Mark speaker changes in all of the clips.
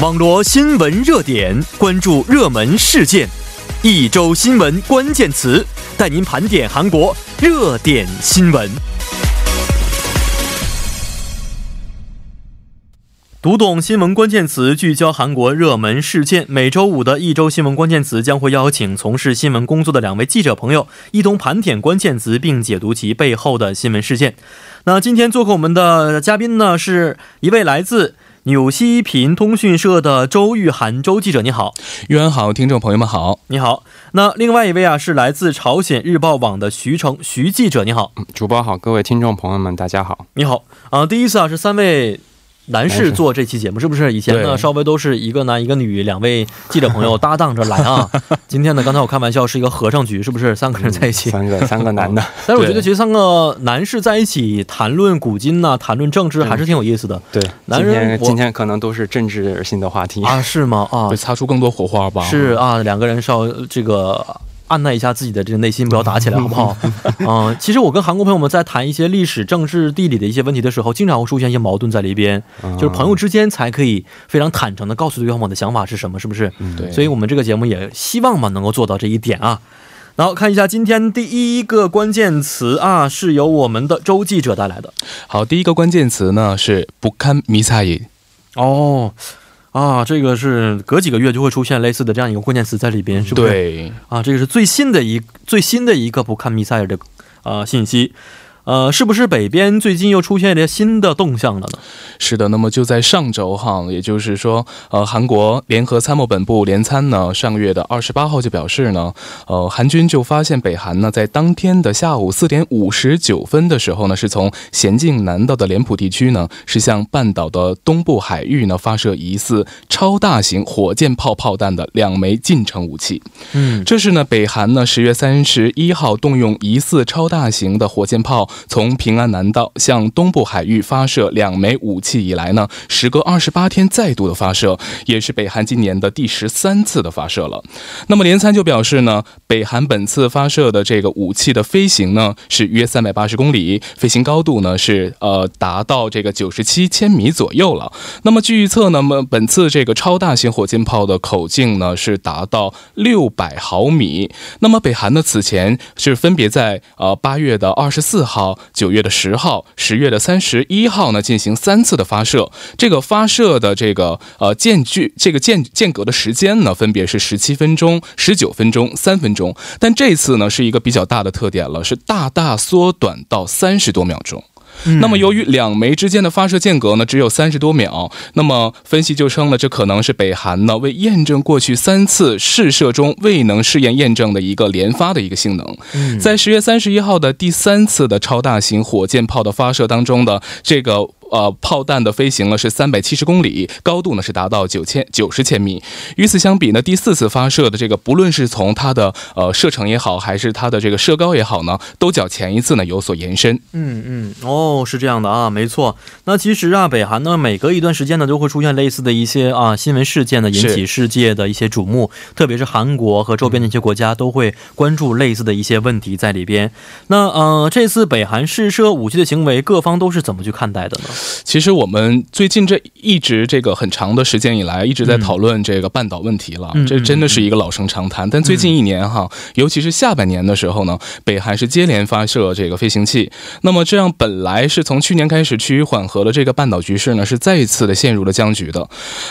Speaker 1: 网罗新闻热点，关注热门事件，一周新闻关键词，带您盘点韩国热点新闻。读懂新闻关键词，聚焦韩国热门事件。每周五的一周新闻关键词将会邀请从事新闻工作的两位记者朋友，一同盘点关键词，并解读其背后的新闻事件。那今天做客我们的嘉宾呢，是一位来自纽西频通讯社的周玉涵周记者，你好。
Speaker 2: 玉安好，听众朋友们好，
Speaker 1: 你好，那另外一位啊是来自朝鲜日报网的徐成徐记者，你好，
Speaker 3: 主播好，各位听众朋友们，大 家好。
Speaker 1: 你好啊、第一次啊是三位男士做这期节目，是不是？以前呢
Speaker 2: 对
Speaker 1: 稍微都是一个男一个女两位记者朋友搭档着来 啊，今天呢刚才我开玩笑是一个合唱局，是不是？三个人在一起，
Speaker 3: 三个三个 男的，
Speaker 1: 但是我觉得
Speaker 2: 对
Speaker 1: 其实三个男士在一起谈论古今呐、谈论政治还是挺有意思的
Speaker 3: 对，
Speaker 1: 男
Speaker 3: 今
Speaker 1: 人
Speaker 3: 天
Speaker 1: 我
Speaker 3: 今天可能都是政治性的话题。
Speaker 1: 啊，是吗？啊
Speaker 2: 会，擦出更多火花吧？
Speaker 1: 是，啊，两个人稍呃这个按捺一下自己的这个内心，不要打起来，好不 好？嗯、其实我跟韩国朋友们在谈一些历史、政治、地理的一些问题的时候，经常会出现一些矛盾在里边，就是朋友之间才可以非常坦诚的告诉对方我的想法是什么，是不是？
Speaker 2: 对，
Speaker 1: 所以我们这个节目也希望嘛能够做到这一点啊。然后看一下今天第一个关键词啊，是由我们的周记者带来的
Speaker 2: 好，第一个关键词呢是不堪迷彩也，
Speaker 1: 哦。啊，这个是隔几个月就会出现类似的这样一个关键词在里边，是不是？
Speaker 2: 对，
Speaker 1: 啊，这个是最新的一最新的一个不看密塞尔的呃信息。呃，是不是北边最近又出现了新的动向了呢？
Speaker 2: 是的。那么就在上周哈，也就是说，呃，韩国联合参谋本部联参呢，上月的二十八号就表示呢，呃，韩军就发现北韩呢，在当天的下午四点五十九分的时候呢，是从咸镜南道的莲浦地区呢，是向半岛的东部海域呢发射疑似超大型火箭炮炮弹的两枚近程武器。
Speaker 1: 嗯，
Speaker 2: 这是呢，北韩呢十月三十一号动用疑似超大型的火箭炮，从平安南道向东部海域发射两枚武器以来呢，时隔二十八天再度的发射，也是北韩今年的第十三次的发射了。那么联参就表示呢，北韩本次发射的这个武器的飞行呢是约三百八十公里，飞行高度呢是呃达到这个九十七千米左右了。那么据预测呢，么本次这个超大型火箭炮的口径呢是达到六百毫米。那么北韩呢此前是分别在呃八月的二十四号、九月的十号、十月的三十一号呢进行三次的发射。这个发射的这个呃间距，这个间间隔的时间呢分别是十七分钟、十九分钟、三分钟。但这次呢是一个比较大的特点了，是大大缩短到三十多秒钟。那么由于两枚之间的发射间隔呢只有三十多秒，那么分析就称呢，这可能是北韩呢为验证过去三次试射中未能试验验证的一个连发的一个性能。在十月三十一号的第三次的超大型火箭炮的发射当中的这个。呃，炮弹的飞行呢是三百七十公里，高度呢是达到九千九十千米。与此相比呢，第四次发射的这个，不论是从它的呃射程也好，还是它的这个射高也好呢，都较前一次呢有所延伸。
Speaker 1: 嗯嗯，哦，是这样的啊，没错。那其实啊，北韩呢，每隔一段时间呢，都会出现类似的一些啊新闻事件呢，引
Speaker 2: 是
Speaker 1: 起世界的一些瞩目，特别是韩国和周边的一些国家都会关注类似的一些问题在里边。那呃，这次北韩试射武器的行为，各方都是怎么去看待的呢？
Speaker 2: 其实我们最近这一直这个很长的时间以来，一直在讨论这个半岛问题了，
Speaker 1: 嗯
Speaker 2: 这真的是一个老生常谈。但最近一年哈，尤其是下半年的时候呢，北韩是接连发射这个飞行器，那么这样本来是从去年开始趋于缓和的这个半岛局势呢，是再一次的陷入了僵局的。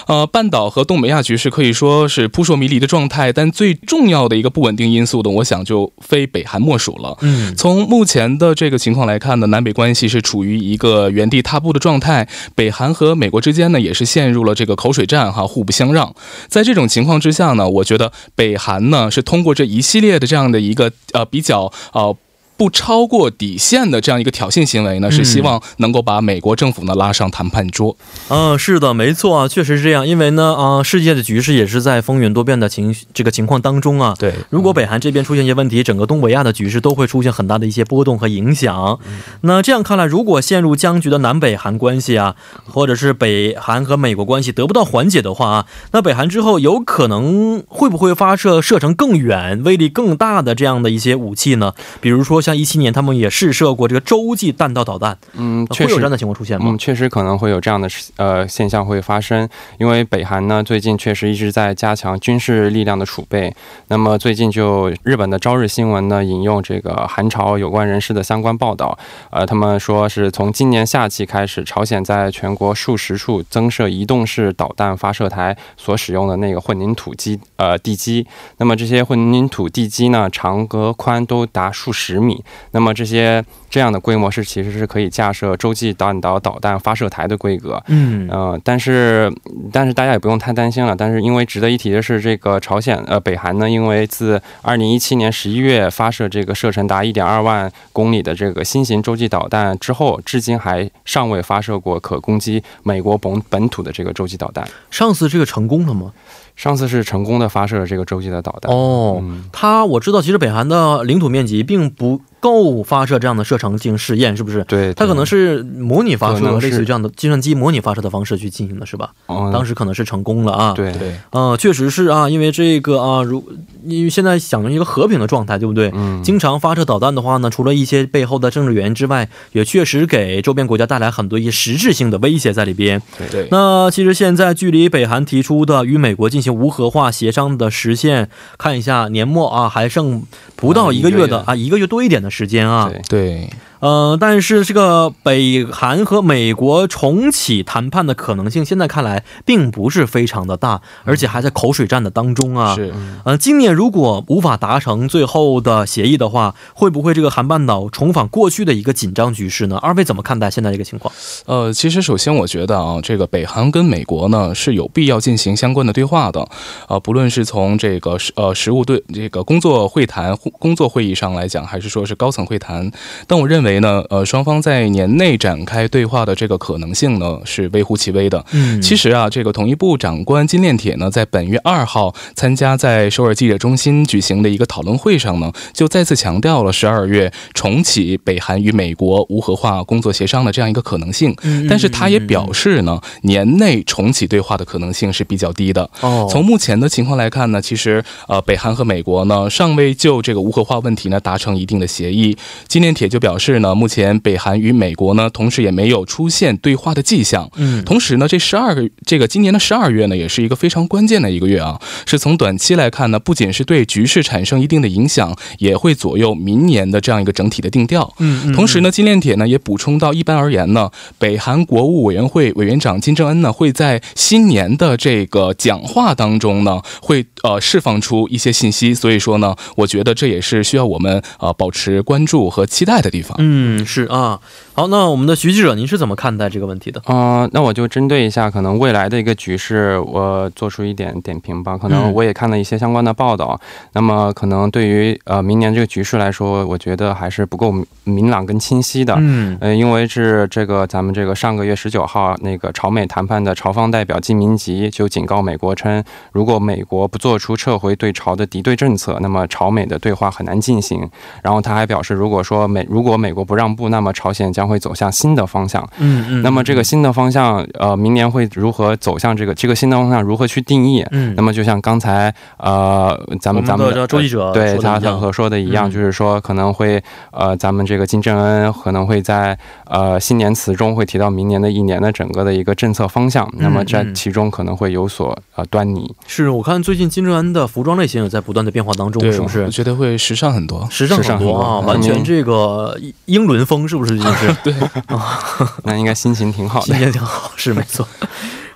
Speaker 2: 呃，半岛和东北亚局势可以说是扑朔迷离的状态，但最重要的一个不稳定因素呢，我想就非北韩莫属了。
Speaker 1: 嗯
Speaker 2: 从目前的这个情况来看呢，南北关系是处于一个原地踏步的状态。北韩和美国之间呢，也是陷入了这个口水战哈，互不相让。在这种情况之下呢，我觉得北韩呢是通过这一系列的这样的一个呃比较呃。不超过底线的这样一个挑衅行为呢，是希望能够把美国政府呢拉上谈判桌。
Speaker 1: 嗯、是的，没错啊，确实是这样。因为呢，啊、世界的局势也是在风云多变的情这个情况当中啊。
Speaker 2: 对，
Speaker 1: 如果北韩这边出现一些问题，整个东北亚的局势都会出现很大的一些波动和影响。
Speaker 3: 嗯
Speaker 1: 那这样看来，如果陷入僵局的南北韩关系啊，或者是北韩和美国关系得不到缓解的话啊，那北韩之后有可能会不会发射射程更远、威力更大的这样的一些武器呢？比如说像一七年他们也试射过这个洲际弹道导弹，
Speaker 3: 嗯，
Speaker 1: 呃会
Speaker 3: 确
Speaker 1: 有
Speaker 3: 实
Speaker 1: 这样的情况出现吗
Speaker 3: 嗯，？确实可能会有这样的事呃现象会发生，因为北韩呢最近确实一直在加强军事力量的储备。那么最近就日本的《朝日新闻》呢引用这个韩朝有关人士的相关报道，呃，他们说是从今年夏季开始，朝鲜在全国数十处增设移动式导弹发射台所使用的那个混凝土基呃地基。那么这些混凝土地基呢，长和宽都达数十米。那么这些这样的规模是其实是可以架设洲际弹道导弹发射台的规格。
Speaker 1: 嗯，
Speaker 3: 呃，但是但是大家也不用太担心了。但是因为值得一提的是，这个朝鲜呃北韩呢，因为自二零一七年十一月发射这个射程达一点二万公里的这个新型洲际导弹之后，至今还尚未发射过可攻击美国本本土的这个洲际导弹。
Speaker 1: 上次这个成功了吗？
Speaker 3: 上次是成功的发射了这个洲际的导弹。
Speaker 1: 哦，
Speaker 3: 嗯，
Speaker 1: 它我知道，其实北韩的领土面积并不够发射这样的射程进行试验，是不是？
Speaker 3: 对，
Speaker 1: 它可能
Speaker 3: 是
Speaker 1: 是模拟发
Speaker 3: 可能
Speaker 1: 射，类似于
Speaker 3: 是
Speaker 1: 这样的计算机模拟发射的方式去进行的，是吧？当
Speaker 3: 时
Speaker 1: 时可能是成功了啊。，
Speaker 3: 嗯对
Speaker 2: 对，
Speaker 1: 呃，确实是啊，因为这个啊，如因为现在想一个和平的状态，对不对？
Speaker 3: 嗯，
Speaker 1: 经常发射导弹的话呢，除了一些背后的政治原因之外，也确实给周边国家带来很多一些实质性的威胁在里边。
Speaker 2: 对，
Speaker 1: 那其实现在距离北韩提出的与美国进行无核化协商的时限，看一下年末啊，还剩不到一个月的啊，一个月多一点的时间啊。
Speaker 3: 对
Speaker 2: 对，
Speaker 1: 呃，但是这个北韩和美国重启谈判的可能性，现在看来并不是非常的大，而且还在口水战的当中啊。
Speaker 2: 是，
Speaker 1: 呃，今年如果无法达成最后的协议的话，会不会这个韩半岛重返过去的一个紧张局势呢？二位怎么看待现在这个情况？
Speaker 2: 呃，其实首先我觉得啊，这个北韩跟美国呢是有必要进行相关的对话的，呃，不论是从这个实呃实务对这个工作会谈、互工作会议上来讲，还是说是高层会谈，但我认为呢，呃，双方在年内展开对话的这个可能性呢是微乎其微的。
Speaker 1: 嗯
Speaker 2: 其实啊，这个统一部长官金炼铁呢，在本月二号参加在首尔记者中心举行的一个讨论会上呢，就再次强调了十二月重启北韩与美国无核化工作协商的这样一个可能性。但是他也表示呢，年内重启对话的可能性是比较低的。
Speaker 1: 哦，
Speaker 2: 从目前的情况来看呢，其实呃，北韩和美国呢尚未就这个无核化问题呢达成一定的协议。金炼铁就表示呢，目前北韩与美国呢，同时也没有出现对话的迹象。
Speaker 1: 嗯
Speaker 2: 同时呢，这十二个这个今年的十二月呢，也是一个非常关键的一个月啊，是从短期来看呢，不仅是对局势产生一定的影响，也会左右明年的这样一个整体的定调。
Speaker 1: 嗯
Speaker 2: 同时呢，金炼铁呢也补充到，一般而言呢，北韩国务委员会委员长金正恩呢会在新年的这个讲话当中呢，会呃释放出一些信息，所以说呢，我觉得这也是需要我们呃保持关注和期待的地方。
Speaker 1: 嗯，是啊。好，那我们的徐记者，您是怎么看待这个问题的？
Speaker 3: 呃，那我就针对一下可能未来的一个局势，我做出一点点评吧。可能
Speaker 1: 嗯
Speaker 3: 我也看了一些相关的报道，那么可能对于呃明年这个局势来说，我觉得还是不够明明朗跟清晰的。
Speaker 1: 嗯
Speaker 3: 呃，因为是这个咱们这个上个月十九号那个朝美谈判的朝方代表金明吉就警告美国称，如果美国不做出撤回对朝的敌对政策，那么朝美的对话很难进行。然后他还表示，如果说美如果美国不让步，那么朝鲜将会走向新的方向。
Speaker 1: 嗯嗯。
Speaker 3: 那么这个新的方向，呃，明年会如何走向这个这个新的方向如何去定义？
Speaker 1: 嗯，
Speaker 3: 那么就像刚才呃，咱们咱
Speaker 1: 我
Speaker 3: 们
Speaker 1: 们的周记者
Speaker 3: 对
Speaker 1: 说的
Speaker 3: 他
Speaker 1: 一
Speaker 3: 他
Speaker 1: 样
Speaker 3: 和说的一样，
Speaker 1: 嗯
Speaker 3: 就是说可能会呃，咱们这个金正恩可能会在呃新年词中会提到明年的一年的整个的一个政策方向，那么在
Speaker 1: 嗯
Speaker 3: 其中可能会有所呃端倪。
Speaker 1: 是我看最近金正恩的服装类型也在不断的变化当中，
Speaker 2: 对，
Speaker 1: 嗯是不
Speaker 2: 我
Speaker 1: 是？
Speaker 2: 觉得会时尚很多。
Speaker 1: 时尚很多啊，
Speaker 3: 时尚很多嗯
Speaker 1: 完全这个英伦风，是不是？就是
Speaker 3: 那应该心情挺好的
Speaker 1: 今。天挺好，嗯 是没错。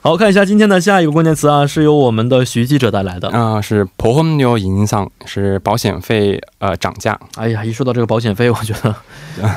Speaker 1: 好看一下今天的下一个关键词啊，是由我们的徐记者带来的。
Speaker 3: 啊、是保险料银上是保险费呃涨价，
Speaker 1: 哎呀，一说到这个保险费，我觉 得，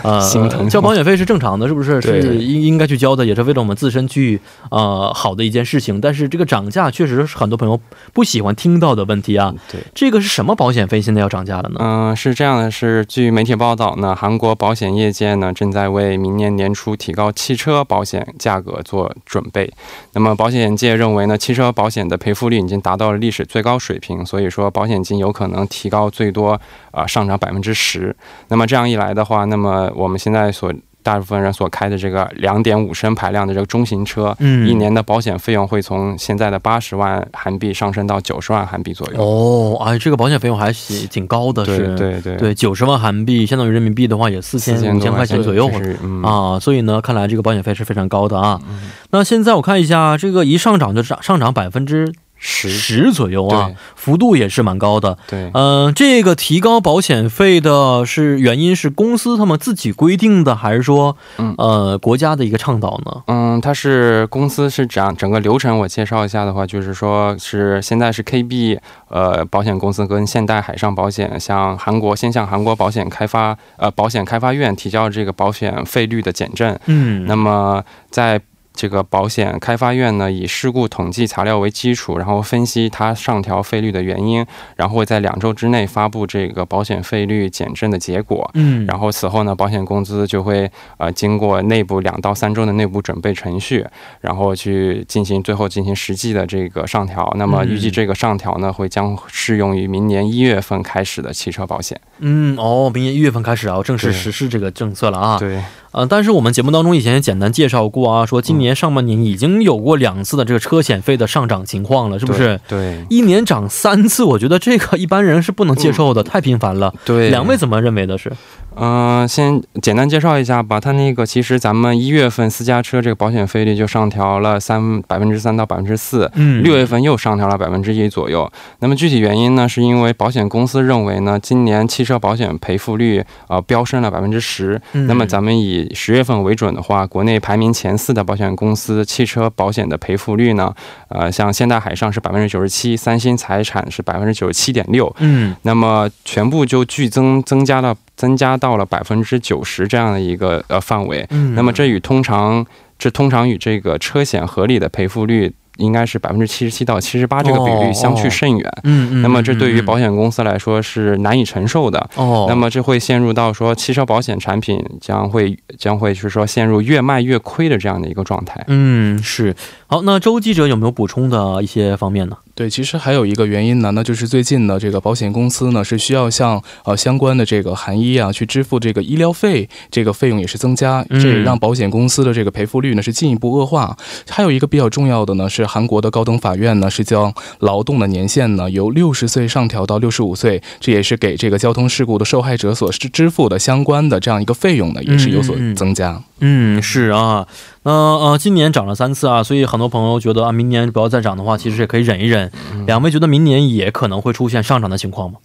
Speaker 1: 呃，
Speaker 3: 心疼
Speaker 1: 交保险费是正常的，是不是？
Speaker 2: 对
Speaker 1: 是应应该去交的，也是为了我们自身去呃好的一件事情。但是这个涨价确实是很多朋友不喜欢听到的问题啊。
Speaker 3: 对，
Speaker 1: 这个是什么保险费现在要涨价了呢？
Speaker 3: 嗯、是这样的是，据媒体报道呢，韩国保险业界呢正在为明年年初提高汽车保险价格做准备。那么保险界认为呢，汽车保险的赔付率已经达到了历史最高水平，所以说保险金有可能提高最多啊、呃上涨百分之十。那么这样一来的话，那么我们现在所大部分人所开的这个两点五升排量的这个中型车，
Speaker 1: 嗯
Speaker 3: 一年的保险费用会从现在的八十万韩币上升到九十万韩币左右。
Speaker 1: 哦，哎，这个保险费用还挺挺高的，
Speaker 3: 对
Speaker 1: 是，
Speaker 3: 对对，
Speaker 1: 对，九十万韩币相当于人民币的话也四千
Speaker 3: 4000
Speaker 1: 五
Speaker 3: 多
Speaker 1: 千块钱左右
Speaker 3: 这是嗯
Speaker 1: 啊，所以呢，看来这个保险费是非常高的啊。
Speaker 3: 嗯
Speaker 1: 那现在我看一下，这个一上涨就涨上涨百分之
Speaker 3: 十
Speaker 1: 十左右啊
Speaker 3: 对，
Speaker 1: 幅度也是蛮高的。
Speaker 3: 对
Speaker 1: 嗯、这个提高保险费的是原因是公司他们自己规定的，还是说
Speaker 3: 嗯，
Speaker 1: 呃国家的一个倡导呢？
Speaker 3: 嗯，它是公司是这样，整个流程我介绍一下的话，就是说是现在是 KB 呃保险公司跟现代海上保险向韩国先向韩国保险开发呃保险开发院提交这个保险费率的减震，
Speaker 1: 嗯，
Speaker 3: 那么在这个保险开发院呢，以事故统计材料为基础，然后分析它上调费率的原因，然后会在两周之内发布这个保险费率减震的结果。
Speaker 1: 嗯，
Speaker 3: 然
Speaker 1: 后
Speaker 3: 后此后呢，保险公司就会呃经过内部两到三周的内部准备程序，然后去进行最后进行实际的这个上调。那么预计
Speaker 1: 嗯
Speaker 3: 这个上调呢，会将适用于明年一月份开始的汽车保险。
Speaker 1: 嗯哦，明年一月份开始啊，正式
Speaker 3: 对
Speaker 1: 实施这个政策了啊。
Speaker 3: 对，
Speaker 1: 呃，但是我们节目当中以前也简单介绍过啊，说今年上半年已经有过两次的这个车险费的上涨情况了，是不是？
Speaker 3: 对
Speaker 1: 一年涨三次，我觉得这个一般人是不能接受的，太频繁了。
Speaker 3: 嗯对，
Speaker 1: 两位怎么认为的是？
Speaker 3: 嗯、先简单介绍一下吧。它那个其实咱们一月份私家车这个保险费率就上调了三百分之三到百分之四，
Speaker 1: 嗯
Speaker 3: 六月份又上调了百分之一左右。那么具体原因呢，是因为保险公司认为呢，今年汽车保险赔付率呃飙升了百分之十。
Speaker 1: 嗯
Speaker 3: 那么咱们以十月份为准的话，国内排名前四的保险公司汽车保险的赔付率呢，呃，像现代海上是百分之九十七，三星财产是百分之九十七点六，
Speaker 1: 嗯
Speaker 3: 那么全部就剧增增加了增加到了百分之九十这样的一个呃范围。
Speaker 1: 嗯，
Speaker 3: 那么这与通常这通常与这个车险合理的赔付率应该是百分之七十七到七十八这个比
Speaker 1: 哦
Speaker 3: 率相去
Speaker 1: 哦
Speaker 3: 甚远。
Speaker 1: 嗯嗯，
Speaker 3: 那么这对于保
Speaker 1: 险
Speaker 3: 险公司来说是难以承受的。
Speaker 1: 哦，
Speaker 3: 那么这会陷入到说汽车保险产品将会将会是说陷入越卖越亏的这样的一个状态。
Speaker 1: 嗯是好，那周记者有没有补充的一些方面呢？
Speaker 2: 对，其实还有一个原因呢，那就是最近呢，这个保险公司呢是需要向呃相关的这个韩医啊去支付这个医疗费，这个费用也是增加，
Speaker 1: 嗯
Speaker 2: 这也让保险公司的这个赔付率呢是进一步恶化。还有一个比较重要的呢是韩国的高等法院呢是将劳动的年限呢由六十岁上调到六十五岁，这也是给这个交通事故的受害者所支支付的相关的这样一个费用呢也是有所
Speaker 1: 嗯嗯嗯
Speaker 2: 增加。
Speaker 1: 嗯，是啊，那呃，今年涨了三次啊，所以很多朋友觉得啊，明年不要再涨的话，其实也可以忍一忍。两位觉得明年也可能会出现上涨的情况吗？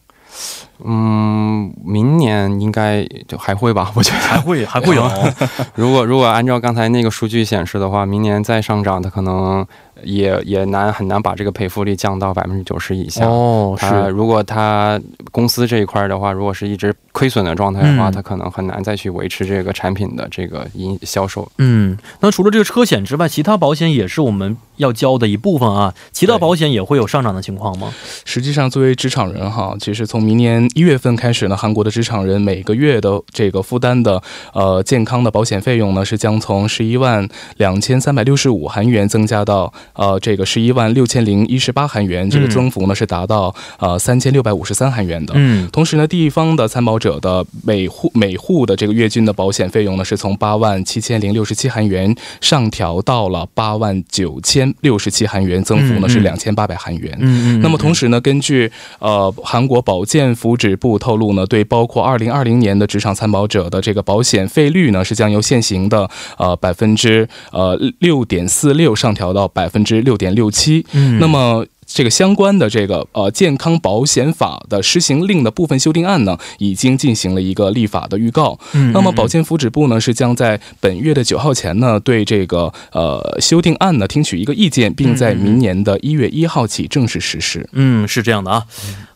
Speaker 3: 嗯，明年应该就还会吧，我觉得。
Speaker 1: 还会还会有
Speaker 3: 如果如果按照刚才那个数据显示的话，明年再上涨，它可能也也难很难把这个赔付率降到百分之九十以下。
Speaker 1: 哦，
Speaker 3: 它
Speaker 1: 是
Speaker 3: 如果它公司这一块儿的话，如果是一直亏损的状态的话，
Speaker 1: 嗯
Speaker 3: 它可能很难再去维持这个产品的这个营销售。
Speaker 1: 嗯，那除了这个车险之外，其他保险也是我们要交的一部分啊。其他
Speaker 2: 对
Speaker 1: 保险也会有上涨的情况吗？
Speaker 2: 实际上，作为职场人哈，其实从明年一月份开始呢，韩国的职场人每个月的这个负担的呃健康的保险费用呢，是将从十一万两千三百六十五韩元增加到呃这个十一万六千零一十八韩元，这个
Speaker 1: 嗯
Speaker 2: 增幅呢是达到呃三千六百五十三韩元的。
Speaker 1: 嗯
Speaker 2: 同时呢，地方的参保者的每户每户的这个月均的保险费用呢，是从八万七千零六十七韩元上调到了八万九千六十七韩元，增幅
Speaker 1: 嗯嗯
Speaker 2: 呢是两千八百韩元。
Speaker 1: 嗯嗯。
Speaker 2: 那么同时呢，根据呃韩国保健福祉部透露呢，对包括二零二零年的职场参保者的这个保险费率呢，是将由现行的呃百分之呃六点四六上调到百分之六点六七。
Speaker 1: 嗯，
Speaker 2: 那么。这个相关的这个呃健康保险法的施行令的部分修订案呢，已经进行了一个立法的预告。
Speaker 1: 嗯，
Speaker 2: 那么保
Speaker 1: 嗯
Speaker 2: 健福祉部呢是将在本月的九号前呢对这个呃修订案呢听取一个意见，并在明年的一月一号起正式实施。
Speaker 1: 嗯，是这样的啊。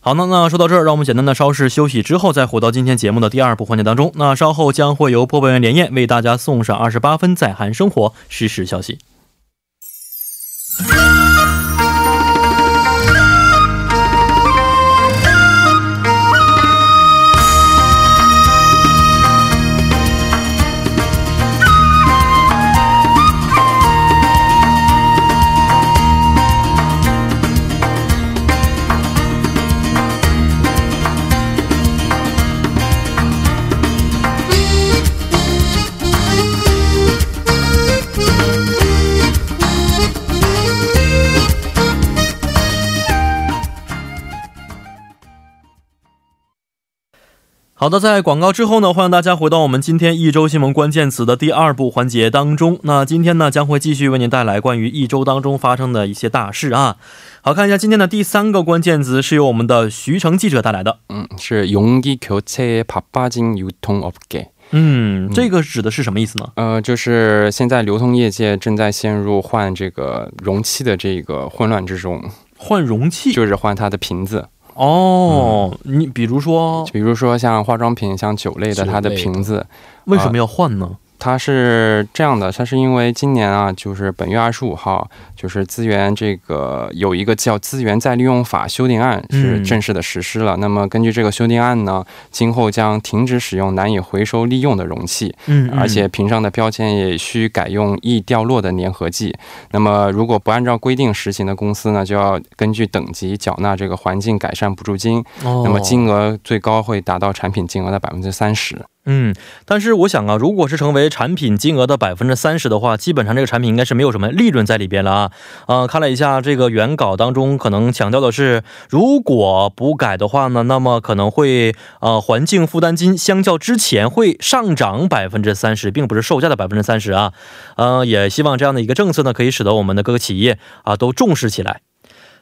Speaker 1: 好，那那说到这儿，让我们简单的稍事休息之后，再回到今天节目的第二部环节当中。那稍后将会由播报员连夜为大家送上二十八分在韩生活实时消息。
Speaker 4: Thank you.
Speaker 1: 好的，在广告之后呢，欢迎大家回到我们今天一周新闻关键词的第二部环节当中。那今天呢，将会继续为您带来关于一周当中发生的一些大事啊。好看一下今天的第三个关键词是由我们的徐成记者带来的。
Speaker 3: 嗯，是용기교체에바빠진유통업계。
Speaker 1: 嗯，这个指的是什么意思呢？
Speaker 3: 呃，就是现在流通业界正在陷入换这个容器的这个混乱之中，
Speaker 1: 换容器
Speaker 3: 就是换它的瓶子。
Speaker 1: 哦，你比如说
Speaker 3: 比如说像化妆品、像酒类的，它的
Speaker 2: 酒类的
Speaker 3: 瓶子，
Speaker 1: 为什么要换呢？
Speaker 3: 它是这样的，它是因为今年啊，就是本月二十五号，就是资源这个有一个叫《资源再利用法》修订案是
Speaker 1: 嗯
Speaker 3: 正式的实施了。那么根据这个修订案呢，今后将停止使用难以回收利用的容器，
Speaker 1: 嗯，嗯
Speaker 3: 而且瓶上的标签也需改用易掉落的粘合剂。那么如果不按照规定实行的公司呢，就要根据等级缴纳这个环境改善补助金，
Speaker 1: 哦
Speaker 3: 那么金额最高会达到产品金额的百分之三十。
Speaker 1: 嗯，但是我想啊，如果是成为产品金额的百分之三十的话，基本上这个产品应该是没有什么利润在里边了啊。呃，看了一下这个原稿当中，可能强调的是，如果不改的话呢，那么可能会呃环境负担金相较之前会上涨百分之三十，并不是售价的百分之三十啊。呃，也希望这样的一个政策呢，可以使得我们的各个企业啊都重视起来。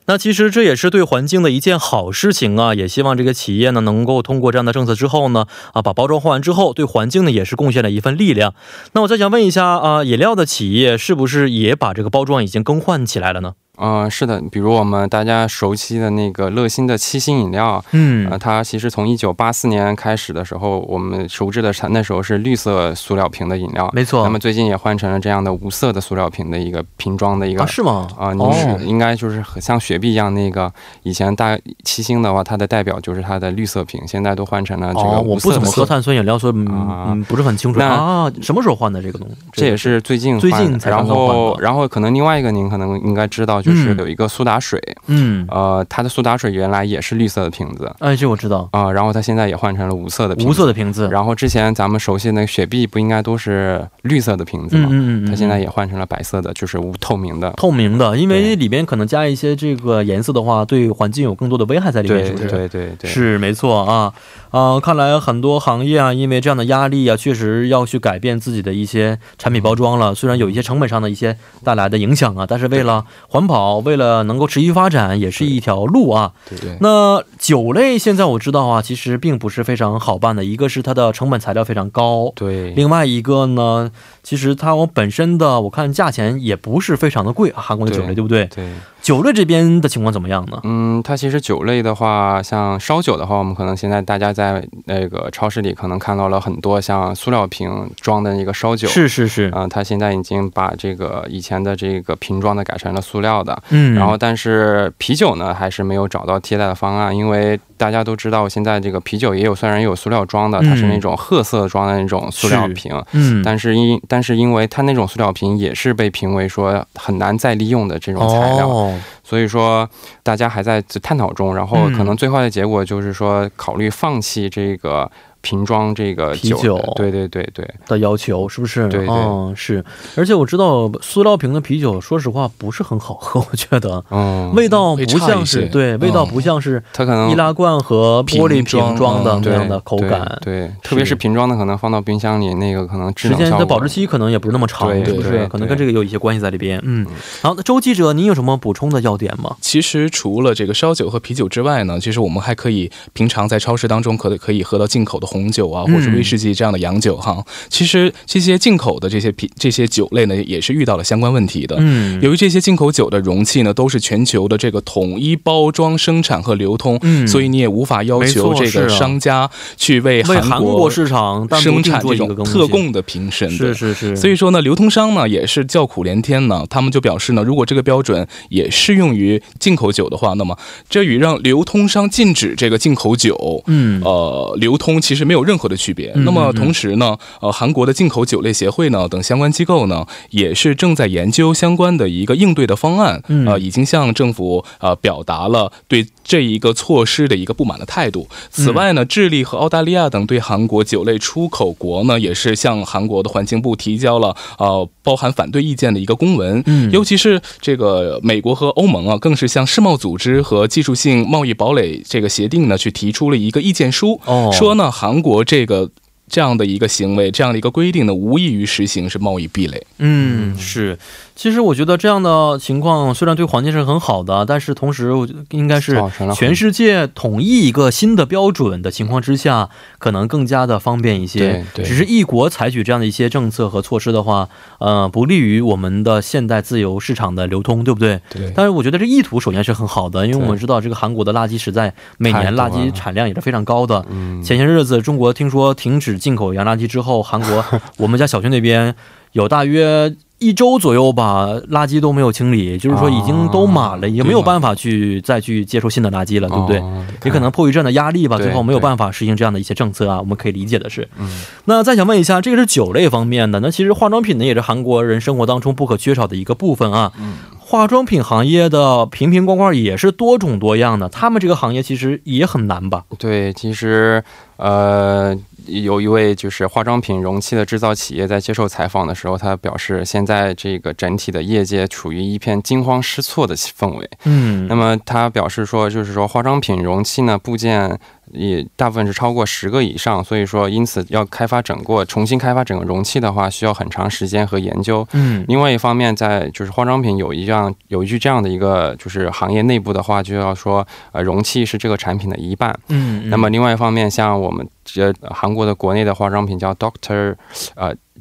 Speaker 1: 那其实这也是对环境的一件好事情啊，也希望这个企业呢能够通过这样的政策之后呢，啊，把包装换完之后，对环境呢也是贡献了一份力量。那我再想问一下啊，饮料的企业是不是也把这个包装已经更换起来了呢？
Speaker 3: 嗯、是的，比如我们大家熟悉的那个乐心的七星饮料，呃，
Speaker 1: 嗯，
Speaker 3: 它其实从一九八四年开始的时候，我们熟知的它那时候是绿色塑料瓶的饮料，
Speaker 1: 没错。
Speaker 3: 那么最近也换成了这样的无色的塑料瓶的一个瓶装的一个
Speaker 1: 啊，是吗？
Speaker 3: 啊，您
Speaker 1: 哦
Speaker 3: 是应该就是很像雪碧一样那个以前大七星的话，它的代表就是它的绿色瓶，现在都换成啊了这个
Speaker 1: 哦，我
Speaker 3: 无
Speaker 1: 不
Speaker 3: 色
Speaker 1: 怎
Speaker 3: 的
Speaker 1: 么喝碳酸饮料，所以嗯
Speaker 3: 啊
Speaker 1: 嗯不是很清楚
Speaker 3: 那
Speaker 1: 啊。什么时候换的这个东西？
Speaker 3: 这也是最近
Speaker 1: 最近
Speaker 3: 换的
Speaker 1: 才
Speaker 3: 然
Speaker 1: 刚刚换
Speaker 3: 后
Speaker 1: 的
Speaker 3: 然后可能另外一个您可能应该知道，就是
Speaker 1: 嗯
Speaker 3: 有一个苏打水，
Speaker 1: 嗯，
Speaker 3: 呃，它的苏打水原来也是绿色的瓶子
Speaker 1: 哎，这我知道，
Speaker 3: 啊、然后它现在也换成了无色的瓶子。
Speaker 1: 无色的瓶子。
Speaker 3: 然后之前咱们熟悉的那个雪碧不应该都是绿色的瓶子
Speaker 1: 嗯
Speaker 3: 吗？
Speaker 1: 嗯嗯，
Speaker 3: 它现在
Speaker 1: 也
Speaker 3: 也换成了白色的，就是无透明的。
Speaker 1: 透明的，因为里边可能加一些这个颜色的话，对环境有更多的危害在里面，
Speaker 3: 对
Speaker 1: 是不是？
Speaker 3: 对对对，
Speaker 1: 是没错啊，啊、看来很多行业啊，因为这样的压力啊，确实要去改变自己的一些产品包装
Speaker 3: 嗯
Speaker 1: 了。虽然有一些成本上的一些带来的影响啊，但是为了环保，为了能够持续发展，也是一条路啊。
Speaker 2: 对对
Speaker 1: 那酒类现在我知道啊，其实并不是非常好办的，一个是它的成本材料非常高。
Speaker 3: 对。
Speaker 1: 另外一个呢，其实它我本身的，我看价钱也不是非常的贵，韩国的酒类
Speaker 3: 对
Speaker 1: 对不对？
Speaker 3: 对，
Speaker 1: 酒类这边的情况怎么样呢？
Speaker 3: 嗯，它其实酒类的话，像烧酒的话，我们可能现在大家在那个超市里可能看到了很多像塑料瓶装的那个烧酒，
Speaker 1: 是是是，
Speaker 3: 啊、它现在已经把这个以前的这个瓶装的改成了塑料的，
Speaker 1: 嗯，
Speaker 3: 然后，但是啤酒呢，还是没有找到替代的方案，因为大家都知道，现在这个啤酒也有，虽然也有塑料装的，
Speaker 1: 嗯
Speaker 3: 它是那种褐色装的那种塑料瓶，
Speaker 1: 嗯，
Speaker 3: 但是因但是因为它那种塑料瓶也是被评为说很难再利用的这种材料，
Speaker 1: 哦
Speaker 3: 所以说大家还在探讨中，然后
Speaker 1: 嗯
Speaker 3: 可能最坏的结果就是说考虑放弃这个瓶装这个
Speaker 1: 啤
Speaker 3: 酒的，
Speaker 1: 酒
Speaker 3: 对对对对，
Speaker 1: 的要求，是不是？
Speaker 3: 对对
Speaker 1: 嗯，是。而且我知道塑料瓶的啤酒，说实话不是很好喝， 我觉得
Speaker 3: 嗯，
Speaker 1: 味道
Speaker 2: 会
Speaker 1: 不
Speaker 2: 差
Speaker 1: 像
Speaker 2: 一
Speaker 1: 是
Speaker 2: 些
Speaker 1: 对，
Speaker 2: 嗯
Speaker 1: 味道不像是
Speaker 3: 它可能
Speaker 1: 易拉罐和玻璃瓶装的
Speaker 2: 瓶装嗯
Speaker 1: 那
Speaker 3: 对
Speaker 1: 样的口感。
Speaker 3: 对，对特别
Speaker 1: 是
Speaker 3: 是瓶装的，可能放到冰箱里，那个可能质
Speaker 1: 时
Speaker 3: 量
Speaker 1: 间
Speaker 3: 效
Speaker 1: 的
Speaker 3: 果
Speaker 1: 保质期可能也不是那么长，
Speaker 3: 对
Speaker 1: 是不
Speaker 2: 对
Speaker 1: 是？
Speaker 3: 对
Speaker 1: 可能跟这个有一些关系在里边。嗯，好，那周记者，您有什么补充的要点吗？
Speaker 2: 其实除了这个烧酒和啤酒之外呢，其实我们还可以平常在超市当中可可以喝到进口的红酒啊，
Speaker 1: 嗯
Speaker 2: 或者威士忌这样的洋酒哈。其实这些进口的这些啤这些酒类呢，也是遇到了相关问题的。
Speaker 1: 嗯，
Speaker 2: 由于这些进口酒的容器呢，都是全球的这个统一包装生产和流通，
Speaker 1: 嗯
Speaker 2: 所以你也无法要求
Speaker 1: 没错
Speaker 2: 这个
Speaker 1: 是啊
Speaker 2: 商家去为
Speaker 1: 为韩国
Speaker 2: 国
Speaker 1: 市场单独
Speaker 2: 生
Speaker 1: 定
Speaker 2: 产
Speaker 1: 做
Speaker 2: 这
Speaker 1: 一个
Speaker 2: 种
Speaker 1: 更
Speaker 2: 特供的瓶身的。
Speaker 1: 是是是，
Speaker 2: 所以说呢，流通商呢也是叫苦连天呢。他们就表示呢，如果这个标准也适用于进口酒的话，那么这与让流通商禁止这个进口酒。
Speaker 1: 嗯，
Speaker 2: 呃，流通其实没有任何的区别。
Speaker 1: 嗯
Speaker 2: 那
Speaker 1: 嗯
Speaker 2: 么
Speaker 1: 嗯
Speaker 2: 同时呢，呃，韩国的进口酒类协会呢等相关机构呢，也是正在研究相关的一个应对的方案。
Speaker 1: 嗯
Speaker 2: 呃，已经向政府呃表达了对这一个措施的一个不满的态度。
Speaker 1: 嗯
Speaker 2: 此外呢，智利和澳大利亚等对韩国酒类出口国呢，也是向韩国的环境部提交了呃包含反对意见的一个公文。
Speaker 1: 嗯
Speaker 2: 尤其是这个美国和欧盟啊，更是向世贸组织和技术性贸易堡垒这个协定呢，去提出了一个意见书，
Speaker 1: 哦
Speaker 2: 说呢，韩韩国这个这样的一个行为，这样的一个规定呢，无异于实行是贸易壁垒。
Speaker 1: 嗯，是。其实我觉得这样的情况虽然对环境是很好的，但是同时我觉得应该是
Speaker 3: 造成了很
Speaker 1: 全世界统一一个新的标准的情况之下，可能更加的方便一些。
Speaker 3: 对对
Speaker 1: 只是一国采取这样的一些政策和措施的话，呃，不利于我们的现代自由市场的流通，对不对？
Speaker 3: 对
Speaker 1: 但是我觉得这意图首先是很好的，因为我们知道这个韩国的垃圾实在每年垃圾产量也是非常高的。
Speaker 3: 嗯，
Speaker 1: 前些日子中国听说停止进口洋垃圾之后，韩 国我们家小区那边有大约一周左右吧，垃圾都没有清理，就是说已经
Speaker 3: 哦
Speaker 1: 都满了，已经没有办法去再去接收新的垃圾了，对不对？
Speaker 3: 哦
Speaker 1: 也可能迫于这样的压力吧，
Speaker 3: 对
Speaker 1: 最后没有办法实行这样的一些政策啊，我们可以理解的是。
Speaker 3: 嗯
Speaker 1: 那再想问一下，这个是酒类方面的，那其实化妆品呢也是韩国人生活当中不可缺少的一个部分啊。
Speaker 3: 嗯
Speaker 1: 化妆品行业的瓶瓶罐罐也是多种多样的，他们这个行业其实也很难吧？
Speaker 3: 对，其实呃，有一位就是化妆品容器的制造企业在接受采访的时候，他表示，现在这个整体的业界处于一片惊慌失措的氛围。
Speaker 1: 嗯
Speaker 3: 那么他表示说，就是说化妆品容器呢部件也大部分是超过十个以上，所以说因此要开发整个重新开发整个容器的话，需要很长时间和研究。
Speaker 1: 嗯
Speaker 3: 另外一方面，在就是化妆品有一样有一句这样的一个就是行业内部的话，就要说呃容器是这个产品的一半。
Speaker 1: 嗯，
Speaker 3: 那么另外一方面，像我们这呃韩国的国内的化妆品叫 Doctor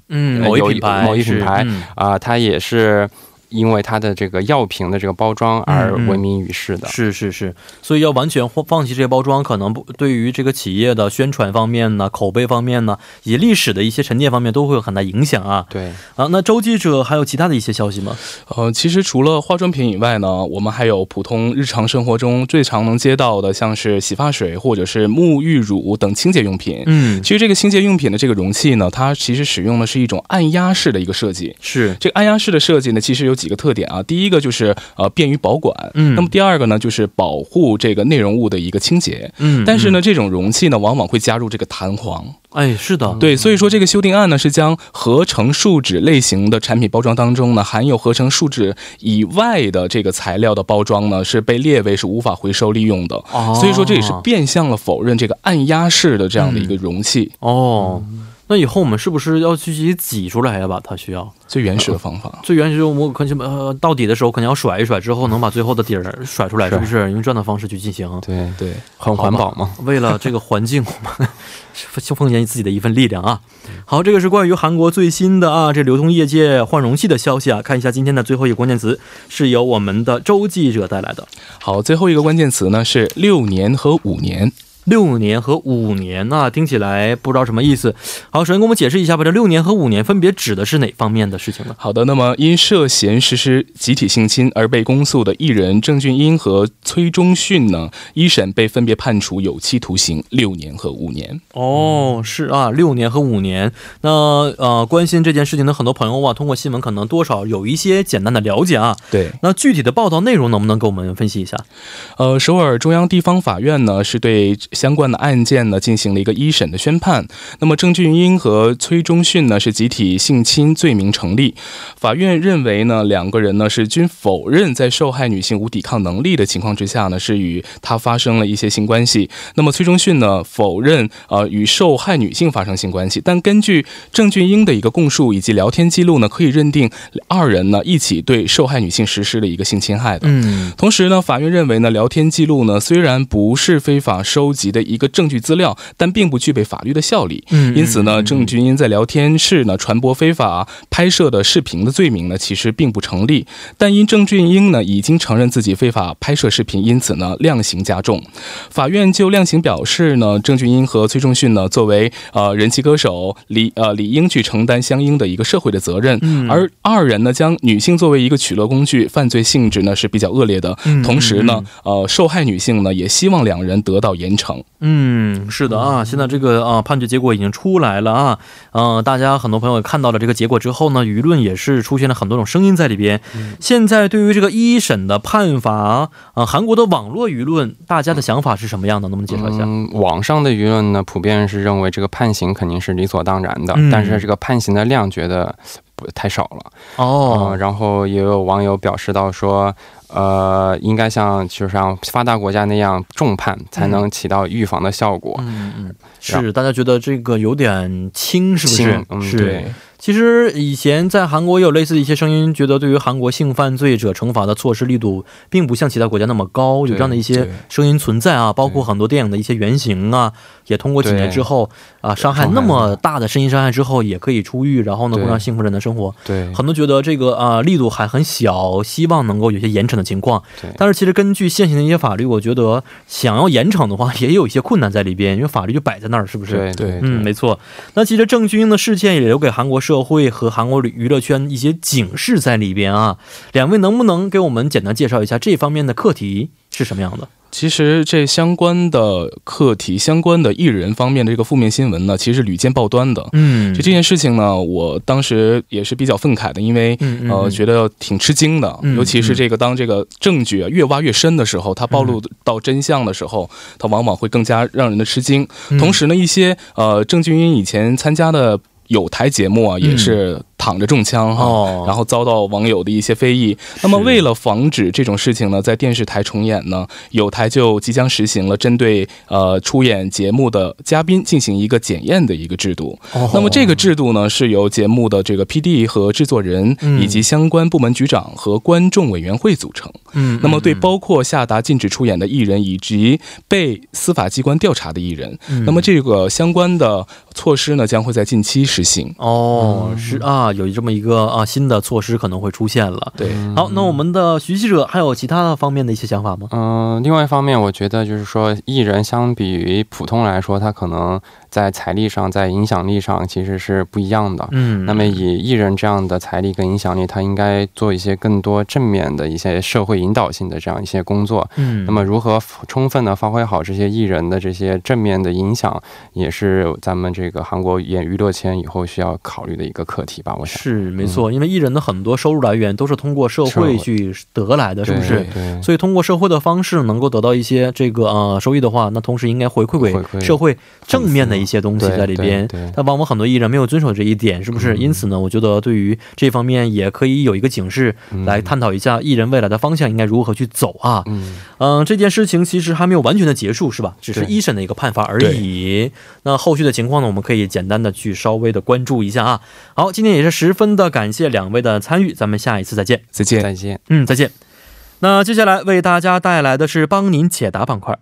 Speaker 1: 嗯
Speaker 3: 呃
Speaker 1: 某一
Speaker 3: 有
Speaker 1: 品牌
Speaker 3: 某一
Speaker 1: 是
Speaker 3: 品牌
Speaker 1: 嗯
Speaker 3: 啊、它也是因为它的这个药瓶的这个包装而
Speaker 1: 嗯嗯
Speaker 3: 闻名于世的。
Speaker 1: 是是是，所以要完全放放弃这些包装，可能不对于这个企业的宣传方面呢、口碑方面呢，以及历史的一些沉淀方面都会有很大影响啊
Speaker 3: 对，
Speaker 1: 啊！那周记者还有其他的一些消息吗？
Speaker 2: 呃，其实除了化妆品以外呢，我们还有普通日常生活中最常能接到的，像是洗发水或者是沐浴乳等清洁用品。
Speaker 1: 嗯，
Speaker 2: 其实这个清洁用品的这个容器呢，它其实使用的是一种按压式的一个设计。
Speaker 1: 是
Speaker 2: 这个按压式的设计呢，其实有几个特点啊。第一个就是呃便于保管，
Speaker 1: 嗯
Speaker 2: 那么第二个呢就是保护这个内容物的一个清洁。
Speaker 1: 嗯，
Speaker 2: 但是呢，这种容器呢，往往会加入这个弹簧。
Speaker 1: 嗯，哎，是的，
Speaker 2: 对，所以说这个修订案呢，是将合成树脂类型的产品包装当中呢，含有合成树脂以外的这个材料的包装呢，是被列为是无法回收利用的。
Speaker 1: 哦，
Speaker 2: 所以说这也是变相了否认这个按压式的这样的
Speaker 1: 嗯
Speaker 2: 一个容器、
Speaker 1: 哦。那以后我们是不是要去自己挤出来呀？把它需要
Speaker 2: 最原始的方法。
Speaker 1: 最原始，我们可能呃到底的时候，可能要甩一甩，之后能把最后的底儿甩出来，是不是？用这样的方式去进行，
Speaker 3: 对，
Speaker 2: 对，
Speaker 3: 很环保嘛。
Speaker 1: 为了这个环境，我们 奉奉献自己的一份力量啊！好，这个是关于韩国最新的啊这流通业界换容器的消息啊。看一下今天的最后一个关键词，是由我们的周记者带来的。
Speaker 2: 好，最后一个关键词呢是六年和五年。
Speaker 1: 六年和五年那、听起来不知道什么意思。好，首先给我们解释一下吧，这六年和五年分别指的是哪方面的事情呢？
Speaker 2: 好的，那么因涉嫌实施集体性侵而被公诉的艺人郑俊英和崔忠训呢，一审被分别判处有期徒刑六年和五年。
Speaker 1: 哦，是啊，六年和五年。那呃，关心这件事情的很多朋友啊，通过新闻可能多少有一些简单的了解啊。
Speaker 2: 对，
Speaker 1: 那具体的报道内容能不能给我们分析一下？
Speaker 2: 呃，首尔中央地方法院呢是对相关的案件呢进行了一个一审的宣判。那么郑俊英和崔忠训呢是集体性侵罪名成立，法院认为呢两个人呢是均否认在受害女性无抵抗能力的情况之下呢是与她发生了一些性关系。那么崔忠训呢否认呃与受害女性发生性关系，但根据郑俊英的一个供述以及聊天记录呢，可以认定二人呢一起对受害女性实施了一个性侵害的。
Speaker 1: 嗯
Speaker 2: 同时呢，法院认为呢，聊天记录呢虽然不是非法收集的一个证据资料，但并不具备法律的效力。
Speaker 1: 嗯
Speaker 2: 因此呢，
Speaker 1: 嗯
Speaker 2: 郑俊英在聊天室呢传播非法拍摄的视频的罪名呢，其实并不成立。但因郑俊英呢已经承认自己非法拍摄视频，因此呢量刑加重。法院就量刑表示呢，郑俊英和崔仲训呢作为呃人气歌手理呃理应去承担相应的一个社会的责任，
Speaker 1: 嗯
Speaker 2: 而二人呢将女性作为一个取乐工具，犯罪性质呢是比较恶劣的。
Speaker 1: 嗯
Speaker 2: 同时呢，呃，受害女性呢也希望两人得到严惩。
Speaker 1: 嗯，是的啊，现在这个啊判决结果已经出来了啊，嗯、大家很多朋友也看到了这个结果之后呢，舆论也是出现了很多种声音在里边。
Speaker 3: 嗯
Speaker 1: 现在对于这个一审的判罚啊、韩国的网络舆论大家的想法是什么样的？能不能介绍一下？
Speaker 3: 嗯，网上的舆论呢，普遍是认为这个判刑肯定是理所当然的，
Speaker 1: 嗯
Speaker 3: 但是这个判刑的量觉得。不太少了。
Speaker 1: 哦
Speaker 3: 嗯，然后也有网友表示到说，呃，应该像就像发达国家那样重判，才能起到预防的效果。
Speaker 1: 嗯嗯，是大家觉得这个有点轻，是不是
Speaker 3: 轻？嗯
Speaker 1: 是
Speaker 3: 对。
Speaker 1: 其实以前在韩国也有类似的一些声音，觉得对于韩国性犯罪者惩罚的措施力度并不像其他国家那么高，有这样的一些声音存在啊。包括很多电影的一些原型啊，也通过几年之后啊，伤害那么大的身心伤害之后，也可以出狱，然后呢，
Speaker 3: 对
Speaker 1: 过上幸福人的生活。
Speaker 3: 对，
Speaker 1: 很多觉得这个啊、力度还很小，希望能够有些严惩的情况
Speaker 3: 对。
Speaker 1: 但是其实根据现行的一些法律，我觉得想要严惩的话，也有一些困难在里边，因为法律就摆在那儿，是不是？
Speaker 3: 对
Speaker 2: 对
Speaker 1: 嗯，没错。那其实郑钧的事件也留给韩国社会和韩国娱乐圈一些警示在里边啊。两位能不能给我们简单介绍一下这方面的课题是什么样的？
Speaker 2: 其实这相关的课题、相关的艺人方面的这个负面新闻呢，其实是屡见报端的。
Speaker 1: 嗯
Speaker 2: 就这件事情呢，我当时也是比较愤慨的，因为
Speaker 1: 嗯嗯
Speaker 2: 呃，
Speaker 1: 嗯
Speaker 2: 觉得挺吃惊的，
Speaker 1: 嗯
Speaker 2: 尤其是这个当这个证据啊越挖越深的时候，它暴露
Speaker 1: 嗯
Speaker 2: 到真相的时候，它往往会更加让人的吃惊。
Speaker 1: 嗯
Speaker 2: 同时呢，一些呃郑俊英以前参加的有台节目啊，也是躺着中枪哈、
Speaker 1: 嗯哦
Speaker 2: 然后遭到网友的一些非议。那么为了防止这种事情呢在电视台重演呢，有台就即将实行了针对呃出演节目的嘉宾进行一个检验的一个制度。
Speaker 1: 哦
Speaker 2: 那么这个制度呢，是由节目的这个 P D 和制作人
Speaker 1: 嗯
Speaker 2: 以及相关部门局长和观众委员会组成。
Speaker 1: 嗯，
Speaker 2: 那么对包括下达禁止出演的艺人以及被司法机关调查的艺人，
Speaker 1: 嗯
Speaker 2: 那么这个相关的措施呢，将会在近期实行。
Speaker 1: 哦是啊，有这么一个啊新的措施可能会出现了。
Speaker 2: 对，
Speaker 1: 好，那我们的徐记者还有其他的方面的一些想法吗？
Speaker 3: 嗯、另外一方面，我觉得就是说，艺人相比于普通来说，他可能在财力上、在影响力上其实是不一样的。
Speaker 1: 嗯
Speaker 3: 那么以艺人这样的财力跟影响力，他应该做一些更多正面的一些社会引导性的这样一些工作。
Speaker 1: 嗯
Speaker 3: 那么如何充分的发挥好这些艺人的这些正面的影响，也是咱们这个韩国演娱乐圈以后需要考虑的一个课题吧。我想
Speaker 1: 是没错，因为艺人的很多收入来源都嗯是通过社
Speaker 3: 社
Speaker 1: 会
Speaker 3: 会
Speaker 1: 去得来的，是不是
Speaker 3: 对？对
Speaker 1: 所以通过社会的方式能够得到一些这个呃收益的话，那同时应该回馈
Speaker 3: 回
Speaker 1: 给
Speaker 3: 馈
Speaker 1: 社会正面的一些东西
Speaker 3: 对
Speaker 1: 在里边
Speaker 3: 对嗯对。
Speaker 1: 但往往很多艺人没有遵守这一点，是不是？因此呢，我觉得对于这方面也可以有一个警示，来探讨一下艺人未来的方向应该如何去走啊。
Speaker 3: 嗯，
Speaker 1: 嗯，这件事情其实还没有完全的结束，是吧？只是
Speaker 3: 对
Speaker 1: 一审的一个判罚而已。那后续的情况呢，我们可以简单的去稍微的关注一下啊。好，今天也是十分的感谢两位的参与，咱们下一次再见。
Speaker 2: 再见。
Speaker 3: 再见。
Speaker 1: 嗯，再见。那接下来为大家带来的是帮您解答板块。